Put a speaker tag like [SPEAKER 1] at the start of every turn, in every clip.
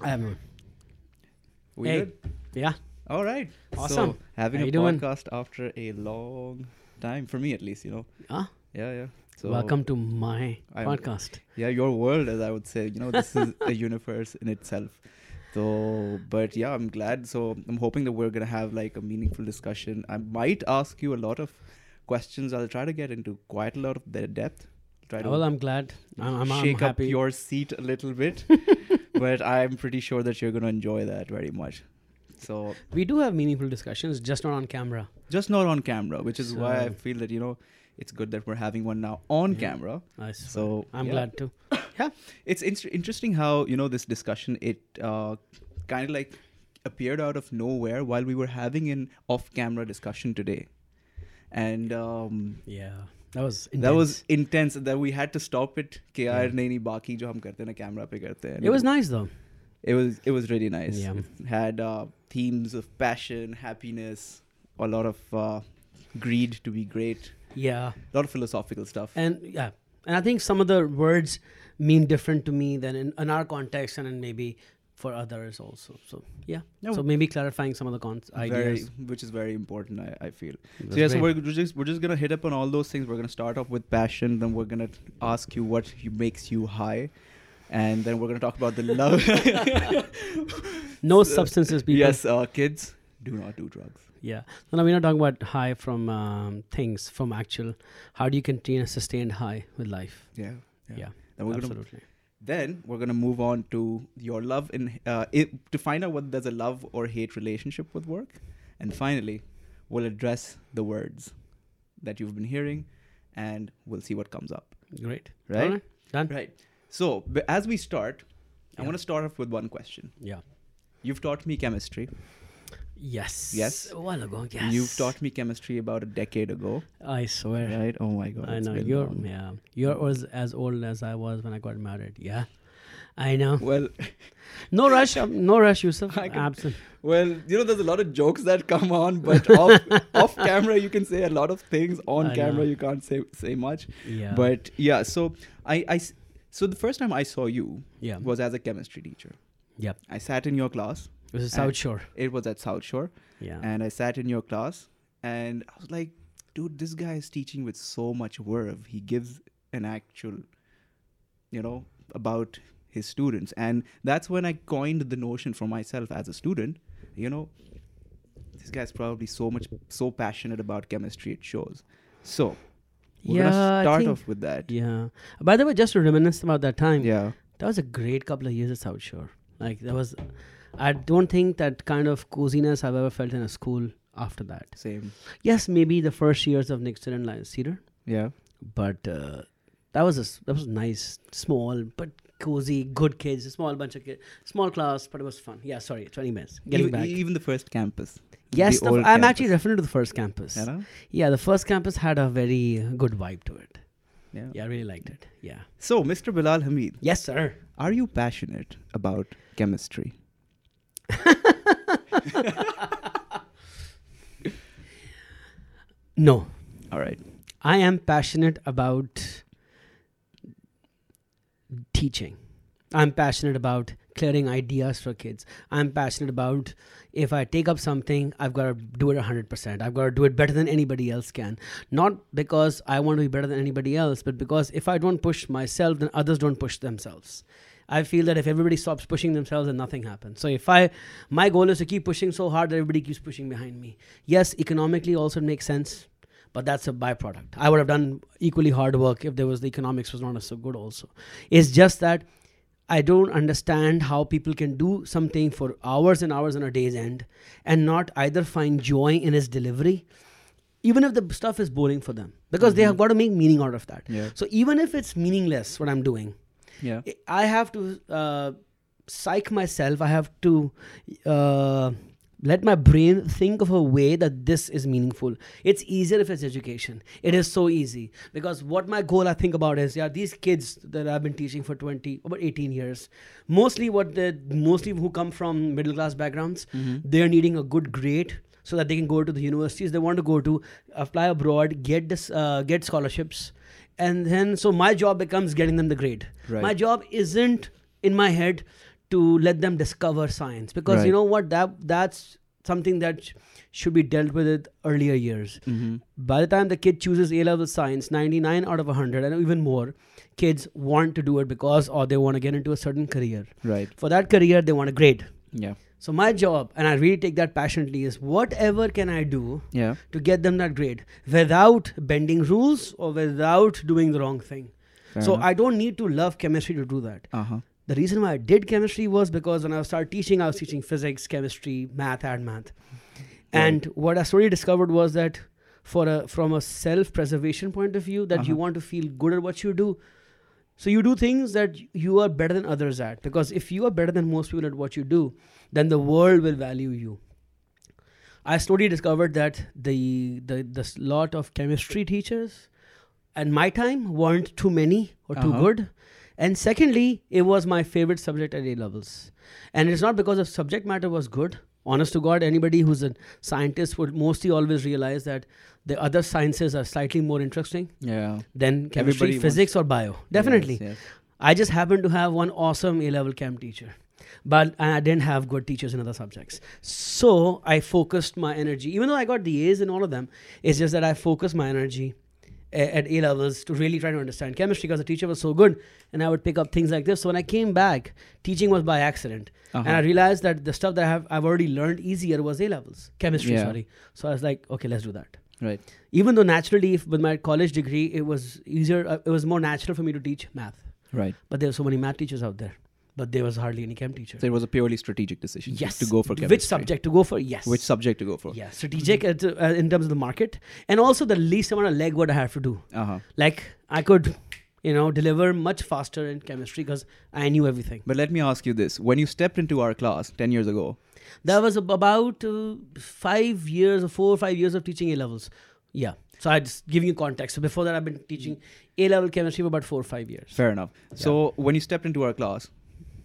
[SPEAKER 1] I have one.
[SPEAKER 2] We
[SPEAKER 1] Um, Hey.
[SPEAKER 2] good?
[SPEAKER 1] Yeah.
[SPEAKER 2] All right.
[SPEAKER 1] Awesome.
[SPEAKER 2] So having
[SPEAKER 1] How
[SPEAKER 2] a
[SPEAKER 1] you doing?
[SPEAKER 2] podcast after a long time for me, at least, you know.
[SPEAKER 1] Ah,
[SPEAKER 2] Yeah, yeah. So
[SPEAKER 1] welcome to my
[SPEAKER 2] I'm-
[SPEAKER 1] podcast.
[SPEAKER 2] Yeah, your world, as I would say. You know, this is a universe in itself. So, but yeah, I'm glad. So I'm hoping that we're gonna have like a meaningful discussion. I might ask you a lot of questions. I'll try to get into quite a lot of their depth. Try to
[SPEAKER 1] Well, I'm glad. I'm, I'm, I'm
[SPEAKER 2] shake
[SPEAKER 1] happy.
[SPEAKER 2] up your seat a little bit, but I'm pretty sure that you're gonna enjoy that very much. So
[SPEAKER 1] we do have meaningful discussions, just not on camera.
[SPEAKER 2] just not on camera, which is why I
[SPEAKER 1] So-
[SPEAKER 2] feel that you know it's good that we're having one now on
[SPEAKER 1] Yeah.
[SPEAKER 2] camera.
[SPEAKER 1] I swear.
[SPEAKER 2] So,
[SPEAKER 1] I'm
[SPEAKER 2] yeah.
[SPEAKER 1] glad too.
[SPEAKER 2] It's inter- interesting how you know this discussion it uh, kind of like appeared out of nowhere while we were having an off-camera discussion today, and um,
[SPEAKER 1] Yeah, that was intense.
[SPEAKER 2] that was intense that we had to stop it. KR yeah.
[SPEAKER 1] Yeah.
[SPEAKER 2] nahi nahi baaki jo hum karte hain na camera pe karte hain.
[SPEAKER 1] It was nice though.
[SPEAKER 2] it was it was really nice.
[SPEAKER 1] Yeah.
[SPEAKER 2] It had uh, themes of passion, happiness, a lot of uh, greed to be great,
[SPEAKER 1] Yeah,
[SPEAKER 2] a lot of philosophical stuff.
[SPEAKER 1] and yeah, and I think some of the words mean different to me than in, in our context, and then maybe for others also. So yeah,
[SPEAKER 2] No.
[SPEAKER 1] so maybe clarifying some of the con-
[SPEAKER 2] very,
[SPEAKER 1] ideas.
[SPEAKER 2] which is very important. I, I feel.
[SPEAKER 1] It was
[SPEAKER 2] So yeah, so
[SPEAKER 1] great.
[SPEAKER 2] we're we're just we're just gonna hit up on all those things. We're gonna start off with passion. Then we're gonna ask you what you, makes you high, and then we're gonna talk about the love.
[SPEAKER 1] no substances, people.
[SPEAKER 2] yes, uh, kids do not do drugs.
[SPEAKER 1] Yeah. No, no, we're not talking about high from um, things, from actual. How do you continue a sustained high with life?
[SPEAKER 2] Yeah. Yeah.
[SPEAKER 1] Yeah,
[SPEAKER 2] Then we're gonna
[SPEAKER 1] Absolutely.
[SPEAKER 2] then we're gonna move on to your love in uh, it, to find out whether there's a love or hate relationship with work, and finally, we'll address the words that you've been hearing, and we'll see what comes up.
[SPEAKER 1] Great.
[SPEAKER 2] Right?
[SPEAKER 1] Alright, Done.
[SPEAKER 2] Right. So b- as we start, I
[SPEAKER 1] Yeah.
[SPEAKER 2] want to start off with one question.
[SPEAKER 1] Yeah.
[SPEAKER 2] You've taught me chemistry.
[SPEAKER 1] Yes.
[SPEAKER 2] Yes.
[SPEAKER 1] A while ago. Yes.
[SPEAKER 2] You've taught me chemistry about a decade ago,
[SPEAKER 1] I swear.
[SPEAKER 2] right? Oh my god!
[SPEAKER 1] I
[SPEAKER 2] it's
[SPEAKER 1] know
[SPEAKER 2] been
[SPEAKER 1] you're
[SPEAKER 2] long.
[SPEAKER 1] yeah you're as, as old as I was when I got married. Yeah, I know.
[SPEAKER 2] Well,
[SPEAKER 1] No rush. um, no rush, Yusuf.
[SPEAKER 2] I can-
[SPEAKER 1] Absent.
[SPEAKER 2] well, you know, there's a lot of jokes that come on, but off, off camera you can say a lot of things. On
[SPEAKER 1] I
[SPEAKER 2] camera
[SPEAKER 1] know.
[SPEAKER 2] you can't say say much.
[SPEAKER 1] Yeah.
[SPEAKER 2] But yeah, so I, I s- so the first time I saw you
[SPEAKER 1] yeah.
[SPEAKER 2] was as a chemistry teacher.
[SPEAKER 1] Yep.
[SPEAKER 2] I sat in your class.
[SPEAKER 1] This is
[SPEAKER 2] and-
[SPEAKER 1] South Shore.
[SPEAKER 2] It was at South Shore.
[SPEAKER 1] Yeah.
[SPEAKER 2] and I sat in your class and I was like, dude, this guy is teaching with so much verve. He gives an actual, you know, about his students. And that's when I coined the notion for myself as a student, you know, this guy's probably so much, so passionate about chemistry, it shows. So we're
[SPEAKER 1] Yeah,
[SPEAKER 2] going to
[SPEAKER 1] I
[SPEAKER 2] start
[SPEAKER 1] think-
[SPEAKER 2] off with that.
[SPEAKER 1] yeah. By the way, just to reminisce about that time.
[SPEAKER 2] Yeah.
[SPEAKER 1] That was a great couple of years at South Shore. Like that was, I don't think that kind of coziness I've ever felt in a school after that.
[SPEAKER 2] Same.
[SPEAKER 1] Yes, maybe the first years of Nixon and Lion Cedar,
[SPEAKER 2] Yeah.
[SPEAKER 1] but uh, that was a s that was nice, small but cozy, good kids, a small bunch of kids, small class, but it was fun. Yeah, sorry, twenty minutes. Getting
[SPEAKER 2] even,
[SPEAKER 1] back.
[SPEAKER 2] even the first campus.
[SPEAKER 1] yes,
[SPEAKER 2] the
[SPEAKER 1] the f-
[SPEAKER 2] old
[SPEAKER 1] I'm
[SPEAKER 2] campus.
[SPEAKER 1] actually referring to the first campus.
[SPEAKER 2] You know?
[SPEAKER 1] Yeah, the first campus had a very good vibe to it.
[SPEAKER 2] Yeah.
[SPEAKER 1] Yeah, I really liked it. Yeah.
[SPEAKER 2] So, Mr. Bilal Hamid,
[SPEAKER 1] Yes, sir.
[SPEAKER 2] Are you passionate about chemistry?
[SPEAKER 1] No,
[SPEAKER 2] All right.
[SPEAKER 1] I am passionate about teaching. I'm passionate about clearing ideas for kids. I'm passionate about if I take up something, I've got to do it 100%. I've got to do it better than anybody else can. Not because I want to be better than anybody else, but because if I don't push myself, then others don't push themselves. I feel that if everybody stops pushing themselves, then nothing happens. So if I, my goal is to keep pushing so hard that everybody keeps pushing behind me. Yes, economically also it makes sense, but that's a byproduct. I would have done equally hard work if there was the economics was not so good. Also, it's just that I don't understand how people can do something for hours and hours on a day's end and not either find joy in its delivery, even if the stuff is boring for them, because they have got to make meaning out of that.
[SPEAKER 2] Yeah.
[SPEAKER 1] So even if it's meaningless, what I'm doing,
[SPEAKER 2] Yeah.
[SPEAKER 1] I have to uh, psych myself. I have to uh, let my brain think of a way that this is meaningful. It's easier if it's education. It is so easy because what my goal I think about is yeah these kids that I've been teaching for twenty about eighteen years, mostly what they mostly who come from middle class backgrounds.
[SPEAKER 2] Mm-hmm.
[SPEAKER 1] They're needing a good grade so that they can go to the universities they want to go to, apply abroad, get this, uh, get scholarships. And then, so my job becomes getting them the grade.
[SPEAKER 2] Right.
[SPEAKER 1] My job isn't in my head to let them discover science because you
[SPEAKER 2] Right.
[SPEAKER 1] know what that that's something that sh- should be dealt with at earlier years
[SPEAKER 2] Mhm.
[SPEAKER 1] by the time the kid chooses A level science, 99 out of 100 and even more kids want to do it because or they want to get into a certain career.
[SPEAKER 2] Right.
[SPEAKER 1] For that career, they want a grade.
[SPEAKER 2] Yeah.
[SPEAKER 1] So my job, and I really take that passionately, is whatever can I do
[SPEAKER 2] Yeah.
[SPEAKER 1] to get them that grade without bending rules or without doing the wrong thing. so uh-huh. I don't need to love chemistry to do that.
[SPEAKER 2] I. Uh huh.
[SPEAKER 1] The reason why I did chemistry was because when I started teaching, I was teaching physics, chemistry, math, and math. And what I slowly discovered was that for a from a self-preservation point of view, that you
[SPEAKER 2] Uh-huh.
[SPEAKER 1] want to feel good at what you do. So you do things that you are better than others at. Because if you are better than most people at what you do, then the world will value you. I slowly discovered that the the the lot of chemistry teachers and my time weren't too many or too
[SPEAKER 2] Uh-huh.
[SPEAKER 1] good. And secondly, it was my favorite subject at A levels. And it's not because the subject matter was good. Honest to God, anybody who's a scientist would mostly always realize that the other sciences are slightly more interesting
[SPEAKER 2] Yeah.
[SPEAKER 1] than chemistry,
[SPEAKER 2] Everybody wants-
[SPEAKER 1] physics, or bio. Definitely.
[SPEAKER 2] Yes,
[SPEAKER 1] I just happened to have one awesome A level chem teacher, but and I didn't have good teachers in other subjects. So I focused my energy, even though I got the A's in all of them, it's just that I focused my energy a- at A levels to really try to understand chemistry because the teacher was so good and I would pick up things like this. So when I came back, teaching was by accident.
[SPEAKER 2] yes.
[SPEAKER 1] And I realized that the stuff that I have I've already learned easier was A levels. Chemistry,
[SPEAKER 2] Yeah.
[SPEAKER 1] sorry. So I was like, okay, let's do that
[SPEAKER 2] Right.
[SPEAKER 1] even though naturally if with my college degree it was easier uh, it was more natural for me to teach math
[SPEAKER 2] Right.
[SPEAKER 1] but there were so many math teachers out there but there was hardly any chem teacher
[SPEAKER 2] So it was a purely strategic decision.
[SPEAKER 1] yes
[SPEAKER 2] To go for chemistry.
[SPEAKER 1] which subject to go for yes
[SPEAKER 2] Which subject to go for?
[SPEAKER 1] yeah strategic uh, to- uh, in terms of the market and also the least amount of legwork i have to do
[SPEAKER 2] Uh huh.
[SPEAKER 1] like i could you know deliver much faster in chemistry because i knew everything
[SPEAKER 2] But let me ask you this: When you stepped into our class ten years ago,
[SPEAKER 1] that was ab- about uh, five years or four or five years of teaching a levels yeah so i just giving you context so before that i've been teaching a level chemistry for about four or five years
[SPEAKER 2] fair enough. So when you stepped into our class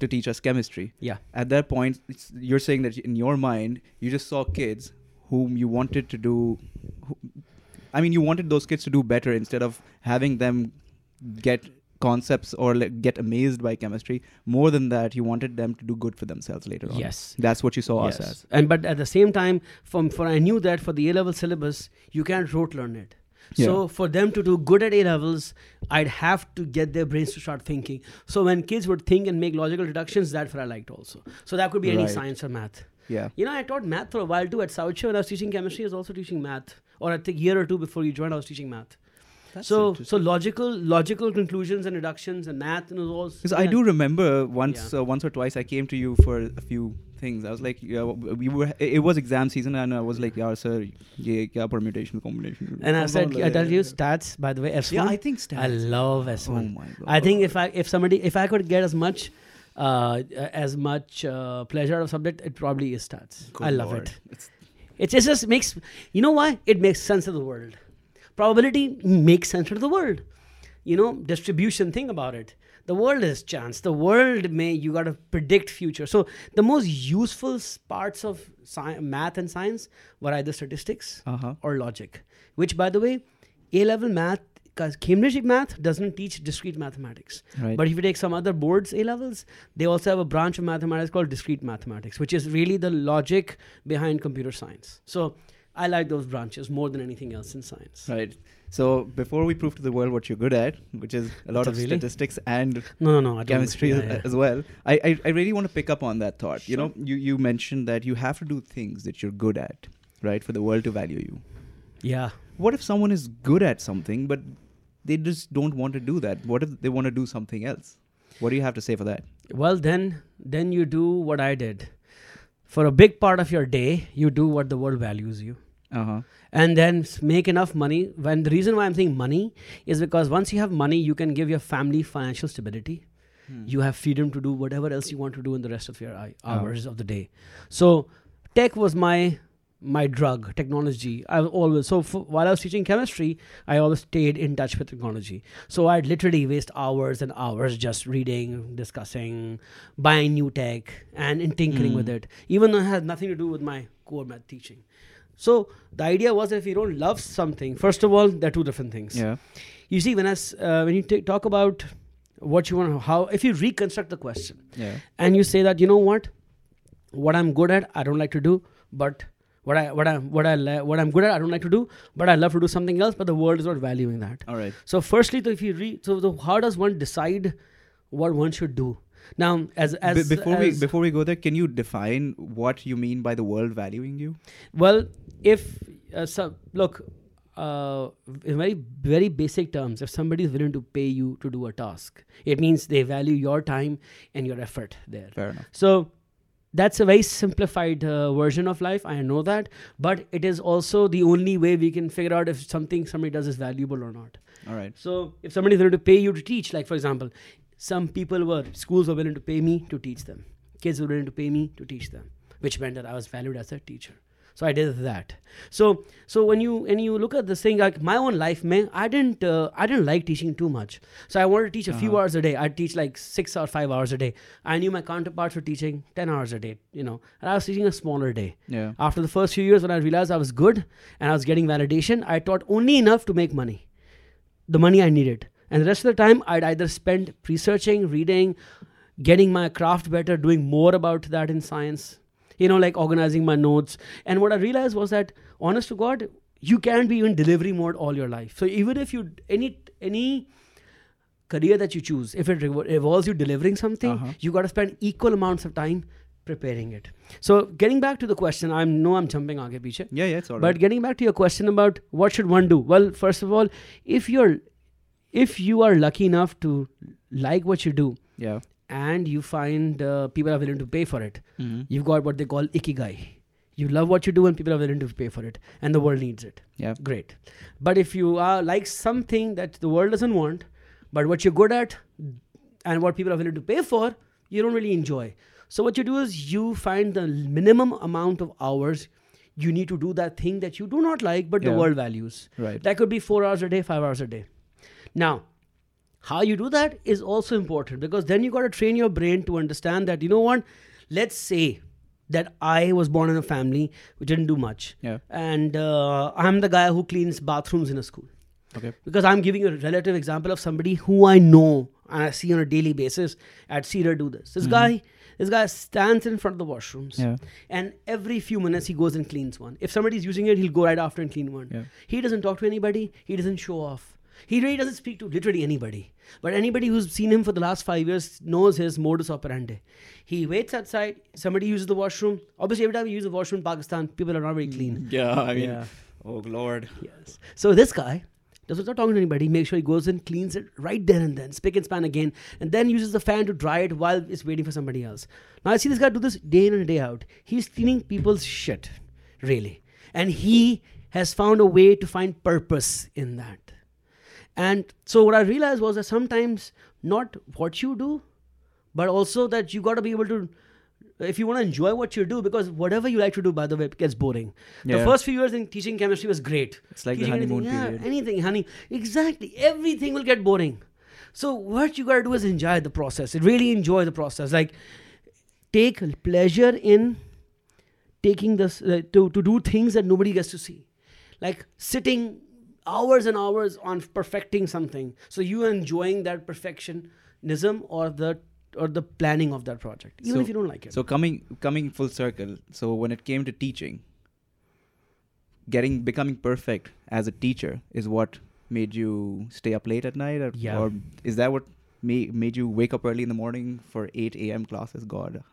[SPEAKER 2] to teach us chemistry,
[SPEAKER 1] yeah
[SPEAKER 2] at that point, it's, you're saying that in your mind, you just saw kids whom you wanted to do. Who, I mean, you wanted those kids to do better instead of having them get concepts or like, get amazed by chemistry. More than that, you wanted them to do good for themselves later on.
[SPEAKER 1] Yes.
[SPEAKER 2] That's what you saw us as.
[SPEAKER 1] And but at the same time, from for I knew that for the A level syllabus, you can't rote learn it. So
[SPEAKER 2] Yeah.
[SPEAKER 1] for them to do good at A levels, I'd have to get their brains to start thinking. So when kids would think and make logical deductions, that's what I liked also. So that could be any
[SPEAKER 2] Right.
[SPEAKER 1] science or math.
[SPEAKER 2] Yeah.
[SPEAKER 1] You know, I taught math for a while too at South When I was teaching chemistry, I was also teaching math. Or I think year or two before you joined, I was teaching math. so so logical logical conclusions and deductions and math and it was all.
[SPEAKER 2] Because I
[SPEAKER 1] yeah.
[SPEAKER 2] do remember once,
[SPEAKER 1] Yeah.
[SPEAKER 2] uh, once or twice, I came to you for a few things. I was like, yeah, w- we were. It it was exam season, and I was like, yeah, sir, yeah, kya permutation combination.
[SPEAKER 1] And I said, I tell you,
[SPEAKER 2] Yeah,
[SPEAKER 1] stats by the way. S1,
[SPEAKER 2] I think
[SPEAKER 1] I
[SPEAKER 2] stats.
[SPEAKER 1] love S1.
[SPEAKER 2] Oh my god.
[SPEAKER 1] I think if I if somebody if I could get as much uh, as much uh, pleasure out of subject, it probably is stats. I love it. it. It just makes you know why it makes sense of the world. Probability makes sense of the world. You know distribution. Think about it. The world is chance. The world may you got to predict future. So the most useful s- parts of sci- math and science were either statistics
[SPEAKER 2] Uh huh.
[SPEAKER 1] or logic, which by the way, A level math, because Cambridge math doesn't teach discrete mathematics.
[SPEAKER 2] Right.
[SPEAKER 1] But if you take some other boards A levels, they also have a branch of mathematics called discrete mathematics, which is really the logic behind computer science. So I like those branches more than anything else in science.
[SPEAKER 2] right. So before we prove to the world what you're good at, which is a lot
[SPEAKER 1] That's
[SPEAKER 2] of
[SPEAKER 1] really-
[SPEAKER 2] statistics and
[SPEAKER 1] No, no, no. I don't,
[SPEAKER 2] chemistry
[SPEAKER 1] yeah,
[SPEAKER 2] as-
[SPEAKER 1] yeah.
[SPEAKER 2] as well, I, I I really want to pick up on that thought.
[SPEAKER 1] Sure.
[SPEAKER 2] You know, you you mentioned that you have to do things that you're good at, right, for the world to value you.
[SPEAKER 1] yeah.
[SPEAKER 2] what if someone is good at something but they just don't want to do that what if they want to do something else what do you have to say for that
[SPEAKER 1] Well, then, then you do what I did. For a big part of your day, you do what the world values you.
[SPEAKER 2] uh-huh
[SPEAKER 1] and then s- make enough money. When the reason why I'm saying money is because once you have money, you can give your family financial stability. You have freedom to do whatever else you want to do in the rest of your hou- hours of the day. So, tech was my my drug technology i was always so f- while i was teaching chemistry i always stayed in touch with technology so i'd literally waste hours and hours just reading discussing buying new tech and in tinkering with it even though it had nothing to do with my core math teaching so the idea was that if you don't love something, first of all, they're two different things.
[SPEAKER 2] yeah
[SPEAKER 1] You see, when I s uh, when you ta- talk about what you want to how if you reconstruct the question
[SPEAKER 2] Yeah.
[SPEAKER 1] and you say that you know what what i'm good at i don't like to do but what i what i what i li- what i'm good at i don't like to do but i love to do something else but the world is not valuing that
[SPEAKER 2] All right.
[SPEAKER 1] so firstly though if you re so the, how does one decide what one should do now as as
[SPEAKER 2] Be- before we
[SPEAKER 1] as-
[SPEAKER 2] before we go there, can you define what you mean by the world valuing you?
[SPEAKER 1] Well, if uh, so, look, uh, in very very basic terms, if somebody is willing to pay you to do a task, it means they value your time and your effort there.
[SPEAKER 2] Fair enough.
[SPEAKER 1] So that's a very simplified uh, version of life. I know that, but it is also the only way we can figure out if something somebody does is valuable or not.
[SPEAKER 2] All right.
[SPEAKER 1] So if somebody is willing to pay you to teach, like for example, some people were schools were willing to pay me to teach them. Kids were willing to pay me to teach them, which meant that I was valued as a teacher. So I did that. So so when you and you look at this thing like my own life, man, I didn't uh, I didn't like teaching too much. So I wanted to teach a few hours a day. I'd teach like six or five hours a day. I knew my counterparts were teaching ten hours a day, you know, and I was teaching a smaller day.
[SPEAKER 2] Yeah.
[SPEAKER 1] After the first few years, when I realized I was good and I was getting validation, I taught only enough to make money, the money I needed. And the rest of the time, I'd either spend researching, reading, getting my craft better, doing more about that in science, you know, like organizing my notes. And what I realized was that, honest to God, you can't be in delivery mode all your life. So even if you, any, any, career that you choose, if it revo- involves you delivering something,
[SPEAKER 2] Uh-huh.
[SPEAKER 1] you got to spend equal amounts of time preparing it. So, getting back to the question, I know I'm jumping aage piche,
[SPEAKER 2] Yeah. Yeah. It's all
[SPEAKER 1] but
[SPEAKER 2] right.
[SPEAKER 1] getting back to your question about what should one do? Well, first of all, if you're if you are lucky enough to like what you do
[SPEAKER 2] Yeah.
[SPEAKER 1] and you find uh, people are willing to pay for it,
[SPEAKER 2] Mhm.
[SPEAKER 1] you've got what they call ikigai. You love what you do and people are willing to pay for it, and the world needs it
[SPEAKER 2] Yeah.
[SPEAKER 1] great but if you are like something that the world doesn't want but what you're good at and what people are willing to pay for you don't really enjoy so what you do is you find the minimum amount of hours you need to do that thing that you do not like but the
[SPEAKER 2] Yeah.
[SPEAKER 1] world values
[SPEAKER 2] Right.
[SPEAKER 1] that could be four hours a day five hours a day now how you do that is also important because then you got to train your brain to understand that you know what let's say that i was born in a family which didn't do much
[SPEAKER 2] Yeah.
[SPEAKER 1] and uh, i'm the guy who cleans bathrooms in a school
[SPEAKER 2] Okay.
[SPEAKER 1] because i'm giving a relative example of somebody who i know and i see on a daily basis at cedar do this this guy this guy stands in front of the washrooms
[SPEAKER 2] Mm-hmm. Yeah.
[SPEAKER 1] and every few minutes he goes and cleans one if somebody's using it he'll go right after and clean one
[SPEAKER 2] Yeah.
[SPEAKER 1] he doesn't talk to anybody he doesn't show off he really doesn't speak to literally anybody but anybody who's seen him for the last five years knows his modus operandi he waits outside somebody uses the washroom obviously every time you use the washroom in pakistan people are not very clean
[SPEAKER 2] Yeah. I mean.
[SPEAKER 1] Yeah.
[SPEAKER 2] Oh Lord.
[SPEAKER 1] Yes. So this guy doesn't start talking to anybody. Make sure he goes and cleans it right there and then, spick and span again, and then uses the fan to dry it while it's waiting for somebody else. Now I see this guy do this day in and day out. He's cleaning people's shit, really, and he has found a way to find purpose in that. And so what I realized was that sometimes not what you do, but also that you got to be able to, if you want to enjoy what you do, because whatever you like to do, by the way, it gets boring. The
[SPEAKER 2] Yeah.
[SPEAKER 1] first few years in teaching chemistry was great.
[SPEAKER 2] It's like the
[SPEAKER 1] Teaching
[SPEAKER 2] honeymoon
[SPEAKER 1] anything,
[SPEAKER 2] period.
[SPEAKER 1] Yeah, anything, honey. Exactly. Everything will get boring. So what you got to do is enjoy the process. Really enjoy the process. Like take pleasure in taking this uh, to, to do things that nobody gets to see like sitting hours and hours on perfecting something so you are enjoying that perfectionism or the or the planning of that project even
[SPEAKER 2] So-
[SPEAKER 1] if you don't like it
[SPEAKER 2] So coming coming full circle. So when it came to teaching, getting becoming perfect as a teacher is what made you stay up late at night, or,
[SPEAKER 1] Yeah.
[SPEAKER 2] or is that what ma- made you wake up early in the morning for eight a.m. classes? God,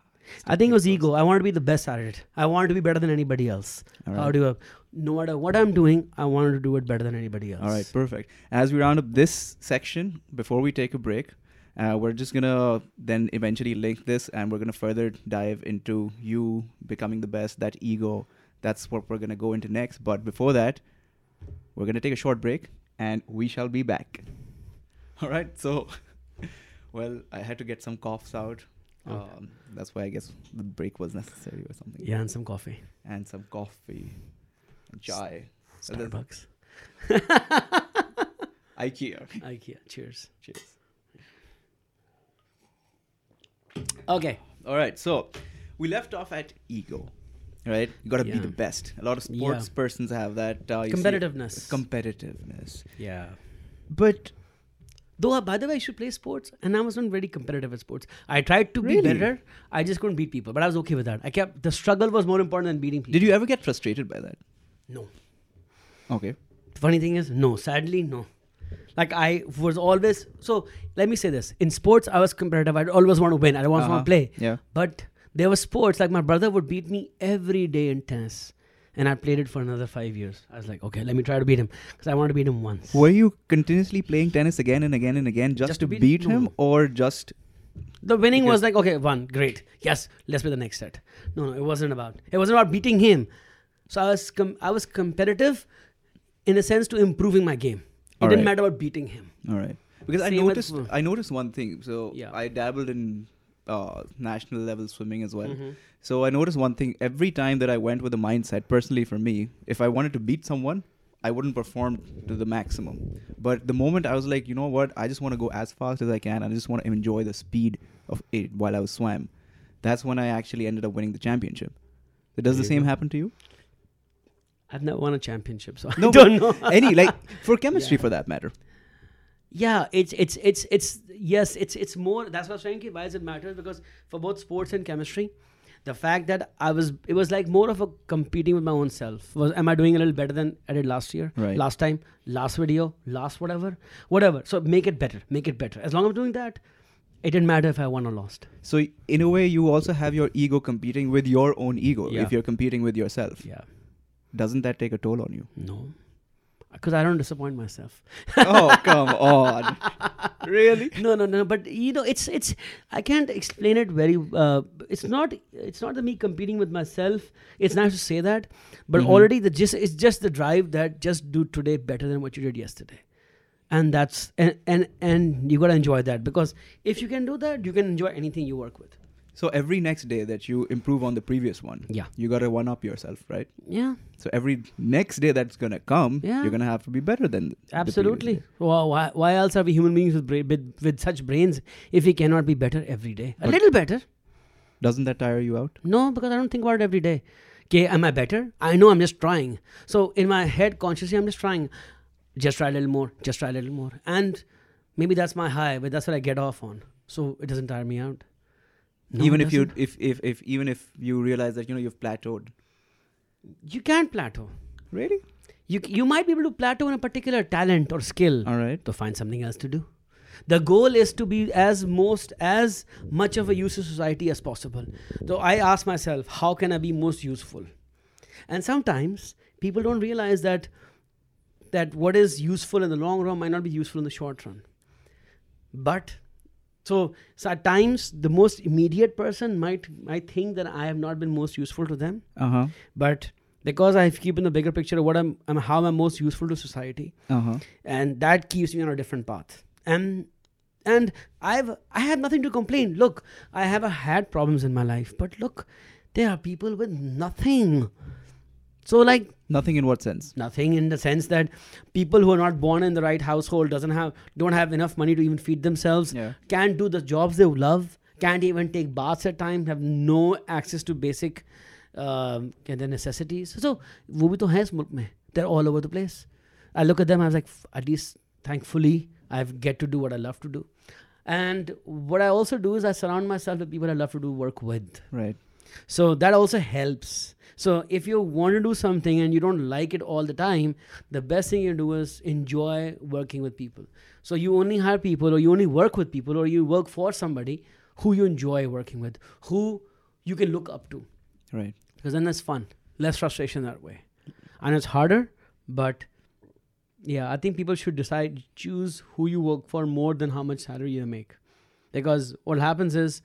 [SPEAKER 1] i think it was ego i want to be the best at it i want to be better than anybody else
[SPEAKER 2] All
[SPEAKER 1] how
[SPEAKER 2] right.
[SPEAKER 1] do i no matter what i'm doing i wanted to do it better than anybody else
[SPEAKER 2] All right, perfect. As we round up this section, before we take a break, uh, we're just gonna then eventually link this, and we're gonna further dive into you becoming the best, that ego. That's what we're gonna go into next. But before that, we're gonna take a short break, and we shall be back. All right. So, well, I had to get some coughs out.
[SPEAKER 1] Okay.
[SPEAKER 2] Um, that's why I guess the break was necessary or something.
[SPEAKER 1] yeah and some coffee
[SPEAKER 2] And some coffee, and chai, Well, there's-
[SPEAKER 1] starbucks
[SPEAKER 2] IKEA.
[SPEAKER 1] ikea cheers
[SPEAKER 2] Cheers.
[SPEAKER 1] okay
[SPEAKER 2] All right, so we left off at ego, right? You got to be
[SPEAKER 1] Yeah.
[SPEAKER 2] the best. A lot of sports
[SPEAKER 1] Yeah.
[SPEAKER 2] persons have that uh, you see-
[SPEAKER 1] competitiveness
[SPEAKER 2] competitiveness.
[SPEAKER 1] yeah
[SPEAKER 2] But
[SPEAKER 1] Though, by the way, I should play sports, and I was not very competitive at sports. I tried to be
[SPEAKER 2] Really?
[SPEAKER 1] better. I just couldn't beat people, but I was okay with that. I kept the struggle was more important than beating people.
[SPEAKER 2] Did you ever get frustrated by that?
[SPEAKER 1] No.
[SPEAKER 2] Okay.
[SPEAKER 1] Funny thing is, no. Sadly, no. Like I was always so. Let me say this: in sports, I was competitive. I always want to win. I always
[SPEAKER 2] Uh-huh.
[SPEAKER 1] want to play.
[SPEAKER 2] Yeah.
[SPEAKER 1] But there were sports like my brother would beat me every day in tennis, and I played it for another five years. I was like, okay, let me try to beat him because I wanted to beat him once.
[SPEAKER 2] Were you continuously playing tennis again and again and again just, to beat,
[SPEAKER 1] no.
[SPEAKER 2] him or just
[SPEAKER 1] The winning
[SPEAKER 2] Because-
[SPEAKER 1] was like, okay, one, great. Yes, let's play the next set. No, no, it wasn't about. It wasn't about beating him. So I was com- I was competitive, in a sense, to improving my game. It
[SPEAKER 2] All
[SPEAKER 1] didn't
[SPEAKER 2] right.
[SPEAKER 1] matter about beating him.
[SPEAKER 2] all right? Because I
[SPEAKER 1] Same with-
[SPEAKER 2] noticed I noticed one thing. So
[SPEAKER 1] Yeah.
[SPEAKER 2] I dabbled in uh, national level swimming as well.
[SPEAKER 1] Mhm.
[SPEAKER 2] So I noticed one thing every time that I went with a mindset personally for me, if I wanted to beat someone, I wouldn't perform to the maximum. But the moment I was like, you know what, I just want to go as fast as I can. I just want to enjoy the speed of it while I was swam. That's when I actually ended up winning the championship. Does the
[SPEAKER 1] There you
[SPEAKER 2] same
[SPEAKER 1] go.
[SPEAKER 2] happen to you?
[SPEAKER 1] I've never won a championship, so
[SPEAKER 2] No,
[SPEAKER 1] I don't know.
[SPEAKER 2] Any like for chemistry
[SPEAKER 1] Yeah.
[SPEAKER 2] for that matter.
[SPEAKER 1] Yeah, it's it's it's it's yes, it's it's more. That's what I was saying. ki Why does it matter? Because for both sports and chemistry, the fact that I was it was like more of a competing with my own self. Was am I doing a little better than I did last year,
[SPEAKER 2] Right.
[SPEAKER 1] last time, last video, last whatever, whatever. So make it better, make it better. As long as I'm doing that, it didn't matter if I won or lost.
[SPEAKER 2] So in a way you also have your ego competing with your own ego
[SPEAKER 1] Yeah.
[SPEAKER 2] if you're competing with yourself.
[SPEAKER 1] Yeah,
[SPEAKER 2] Doesn't that take a toll on you?
[SPEAKER 1] no, because I don't disappoint myself.
[SPEAKER 2] oh, come on. Really?
[SPEAKER 1] no no no but you know it's it's i can't explain it very uh, it's not it's not the me competing with myself it's nice to say that but
[SPEAKER 2] Mhm.
[SPEAKER 1] already the just it's just the drive that just do today better than what you did yesterday and that's and and, and you got to enjoy that because if you can do that you can enjoy anything you work with
[SPEAKER 2] So every next day that you improve on the previous one,
[SPEAKER 1] Yeah.
[SPEAKER 2] you gotta one up yourself, right?
[SPEAKER 1] yeah
[SPEAKER 2] So every next day that's gonna come,
[SPEAKER 1] Yeah.
[SPEAKER 2] you're gonna have to be better than the previous
[SPEAKER 1] absolutely
[SPEAKER 2] day.
[SPEAKER 1] Why why, why else are we human beings with, bra- with with such brains if we cannot be better every day a
[SPEAKER 2] But-
[SPEAKER 1] little better
[SPEAKER 2] Doesn't that tire you out?
[SPEAKER 1] No, because I don't think about it every day. Okay, am I better? I know I'm just trying. So in my head, consciously, I'm just trying. Just try a little more. Just try a little more. And maybe that's my high, but that's what I get off on. So it doesn't tire me out. No,
[SPEAKER 2] even
[SPEAKER 1] it
[SPEAKER 2] if you
[SPEAKER 1] doesn't.
[SPEAKER 2] if, if if even if you realize that you know you've plateaued.
[SPEAKER 1] you can plateau.
[SPEAKER 2] Really?
[SPEAKER 1] You you might be able to plateau in a particular talent or skill
[SPEAKER 2] All right.
[SPEAKER 1] to find something else to do. The goal is to be as most as much of a use to society as possible. So I ask myself, how can I be most useful? And sometimes people don't realize that that what is useful in the long run might not be useful in the short run. But so, so at times the most immediate person might might think that I have not been most useful to them
[SPEAKER 2] Uh-huh.
[SPEAKER 1] but because I keep in the bigger picture of what I'm, I'm how I'm most useful to society,
[SPEAKER 2] Uh-huh.
[SPEAKER 1] and that keeps me on a different path. And and I've I have nothing to complain. Look, I have uh, had problems in my life, but look, there are people with nothing. So like
[SPEAKER 2] Nothing in what sense?
[SPEAKER 1] nothing in the sense that people who are not born in the right household doesn't have don't have enough money to even feed themselves
[SPEAKER 2] Yeah.
[SPEAKER 1] can't do the jobs they love, can't even take baths at times, have no access to basic um, and the necessities. So वो भी तो हैं इस मुल्क में. They're all over the place. I look at them, I was like, "F- at least thankfully, I get to do what I love to do. And what I also do is I surround myself with people I love to do work with.
[SPEAKER 2] Right.
[SPEAKER 1] So that also helps. So if you want to do something and you don't like it all the time, the best thing you do is enjoy working with people. So you only hire people or you only work with people or you work for somebody who you enjoy working with, who you can look up to.
[SPEAKER 2] Right.
[SPEAKER 1] Because then that's fun. Less frustration that way. And it's harder, but yeah, I think people should decide choose who you work for more than how much salary you make. Because what happens is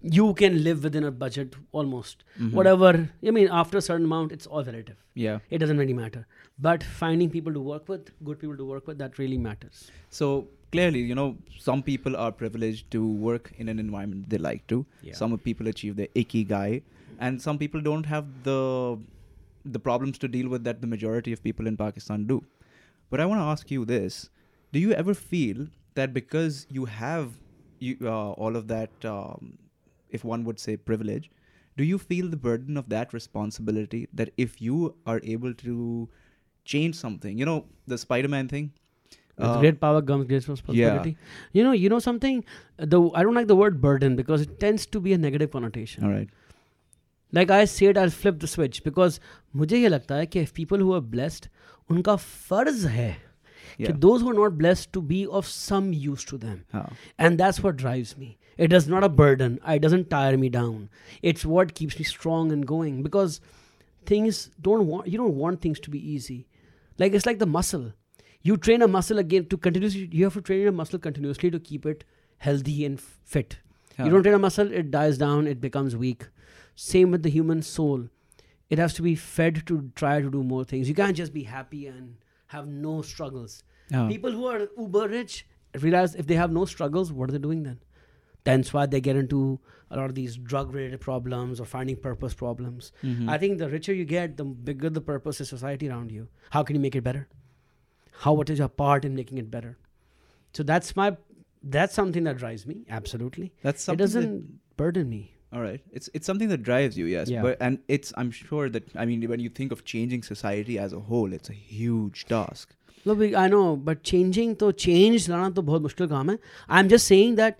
[SPEAKER 1] you can live within a budget almost.
[SPEAKER 2] Mhm.
[SPEAKER 1] Whatever I mean, after a certain amount, it's all relative.
[SPEAKER 2] Yeah.
[SPEAKER 1] It doesn't really matter. But finding people to work with, good people to work with, that really matters.
[SPEAKER 2] So clearly, you know, some people are privileged to work in an environment they like to.
[SPEAKER 1] Yeah.
[SPEAKER 2] Some people achieve their icky guy, and some people don't have the the problems to deal with that the majority of people in Pakistan do. But I want to ask you this: Do you ever feel that because you have you uh, all of that, um, if one would say privilege, do you feel the burden of that responsibility that if you are able to change something, you know, the Spider-Man thing,
[SPEAKER 1] With
[SPEAKER 2] Uh,
[SPEAKER 1] great power comes great responsibility. You know, you know something. The I don't like the word burden because it tends to be a negative connotation.
[SPEAKER 2] all right
[SPEAKER 1] Like I said, I'll flip the switch because मुझे ये लगता है कि if people who are blessed, उनका फर्ज है
[SPEAKER 2] yeah
[SPEAKER 1] कि those who are not blessed to be of some use to them.
[SPEAKER 2] हाँ,
[SPEAKER 1] And that's what drives me. It is not a burden. It doesn't tire me down. It's what keeps me strong and going because things don't want you don't want things to be easy. Like it's like the muscle. You train a muscle again to continuously. You have to train your muscle continuously to keep it healthy and f- fit.
[SPEAKER 2] Yeah.
[SPEAKER 1] You don't train a muscle, it dies down, it becomes weak. Same with the human soul. It has to be fed to try to do more things. You can't just be happy and have no struggles.
[SPEAKER 2] हाँ.
[SPEAKER 1] People who are uber rich realize if they have no struggles, what are they doing then? That's why they get into a lot of these drug related problems or finding purpose problems.
[SPEAKER 2] Mhm.
[SPEAKER 1] I think the richer you get, the bigger the purpose is society around you. How can you make it better? How what is your part in making it better? So that's my that's something that drives me, absolutely.
[SPEAKER 2] that's
[SPEAKER 1] it
[SPEAKER 2] something that-
[SPEAKER 1] doesn't burden me.
[SPEAKER 2] all right it's it's something that drives you yes
[SPEAKER 1] Yeah.
[SPEAKER 2] but and it's i'm sure that i mean when you think of changing society as a whole it's a huge task
[SPEAKER 1] Look, we- I know, but changing तो change लाना तो बहुत मुश्किल काम है I am just saying that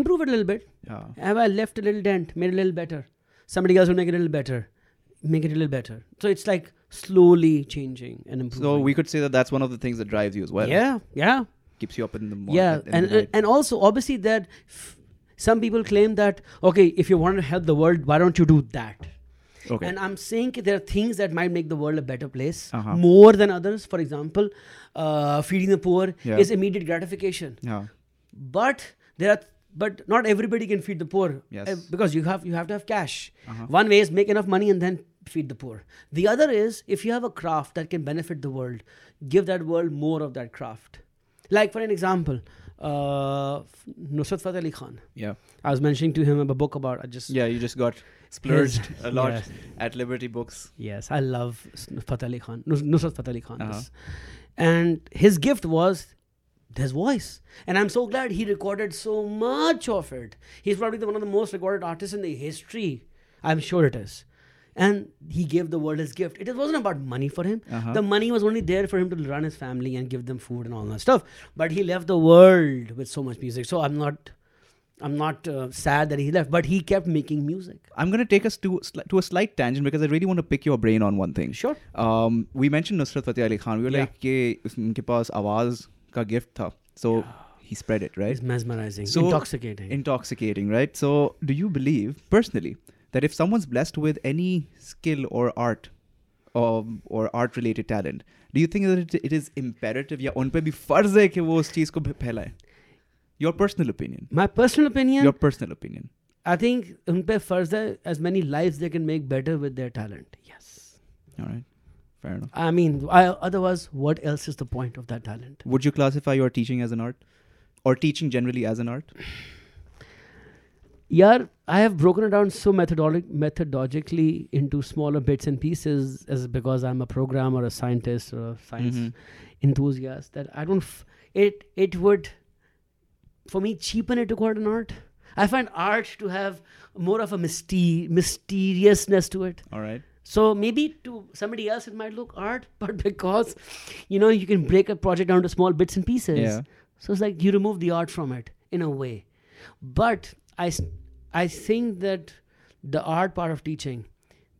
[SPEAKER 1] improve it little bit
[SPEAKER 2] yeah
[SPEAKER 1] Have I left a little dent? Made a little better. Somebody else will make it a little better. Make it a little better. So it's like slowly changing and improving.
[SPEAKER 2] so we could say that that's one of the things that drives you as well
[SPEAKER 1] yeah, yeah,
[SPEAKER 2] keeps you up in the morning
[SPEAKER 1] yeah, and, and and also obviously that f- some people claim that okay, if you want to help the world, why don't you do that?
[SPEAKER 2] okay
[SPEAKER 1] uh, And I'm saying there are things that might make the world a better place
[SPEAKER 2] Uh-huh.
[SPEAKER 1] more than others. For example, uh, feeding the poor
[SPEAKER 2] Yeah.
[SPEAKER 1] is immediate gratification
[SPEAKER 2] yeah
[SPEAKER 1] but there are but not everybody can feed the poor
[SPEAKER 2] Yes.
[SPEAKER 1] eh, because you have you have to have cash
[SPEAKER 2] Uh-huh.
[SPEAKER 1] one way is make enough money and then feed the poor the other is if you have a craft that can benefit the world give that world more of that craft like for an example uh, Nusrat Fateh Ali Khan
[SPEAKER 2] yeah
[SPEAKER 1] I was mentioning to him a book about I just
[SPEAKER 2] yeah you just got splurged a lot
[SPEAKER 1] yes.
[SPEAKER 2] at liberty books
[SPEAKER 1] Yes, I love S- Fateh Ali Khan, Nus- Nusrat Fateh Ali Khan.
[SPEAKER 2] Uh-huh.
[SPEAKER 1] yes. And his gift was his voice. And I'm so glad he recorded so much of it. He's probably the, one of the most recorded artists in the history. I'm sure it is. And he gave the world his gift. It wasn't about money for him.
[SPEAKER 2] Uh-huh.
[SPEAKER 1] The money was only there for him to run his family and give them food and all that stuff. But he left the world with so much music. So I'm not, I'm not uh, sad that he left. But he kept making music.
[SPEAKER 2] i'm going to take us to sli- to a slight tangent because i really want to pick your brain on one thing
[SPEAKER 1] Sure.
[SPEAKER 2] um, we mentioned Nusrat Fateh Ali Khan. We were
[SPEAKER 1] Yeah.
[SPEAKER 2] like, कि उनके पास आवाज का gift था. So he spread it, right?
[SPEAKER 1] It's mesmerizing,
[SPEAKER 2] So-
[SPEAKER 1] intoxicating.
[SPEAKER 2] Intoxicating, right? So do you believe personally that if someone's blessed with any skill or art or, or art related talent, do you think that it, it is imperative या उन पे भी फर्ज है कि वो उस चीज को फै- फैलाएं? Your personal opinion.
[SPEAKER 1] My personal opinion,
[SPEAKER 2] Your personal opinion.
[SPEAKER 1] I think unpe farz hai, as many lives they can make better with their talent. Yes.
[SPEAKER 2] All right. Fair enough.
[SPEAKER 1] I mean, I, otherwise, what else is the point of that talent?
[SPEAKER 2] Would you classify your teaching as an art? Or teaching generally as an art?
[SPEAKER 1] Yeah, I have broken it down so methodolic, methodologically into smaller bits and pieces as because I'm a programmer, a scientist, or a science
[SPEAKER 2] Mhm.
[SPEAKER 1] enthusiast that I don't. F- it it would, for me, cheapen it to call it an art. I find art to have more of a myste- mysteriousness to it.
[SPEAKER 2] All right.
[SPEAKER 1] So maybe to somebody else it might look art, but because you know you can break a project down to small bits and pieces,
[SPEAKER 2] Yeah.
[SPEAKER 1] so it's like you remove the art from it in a way. But I, s- I think that the art part of teaching,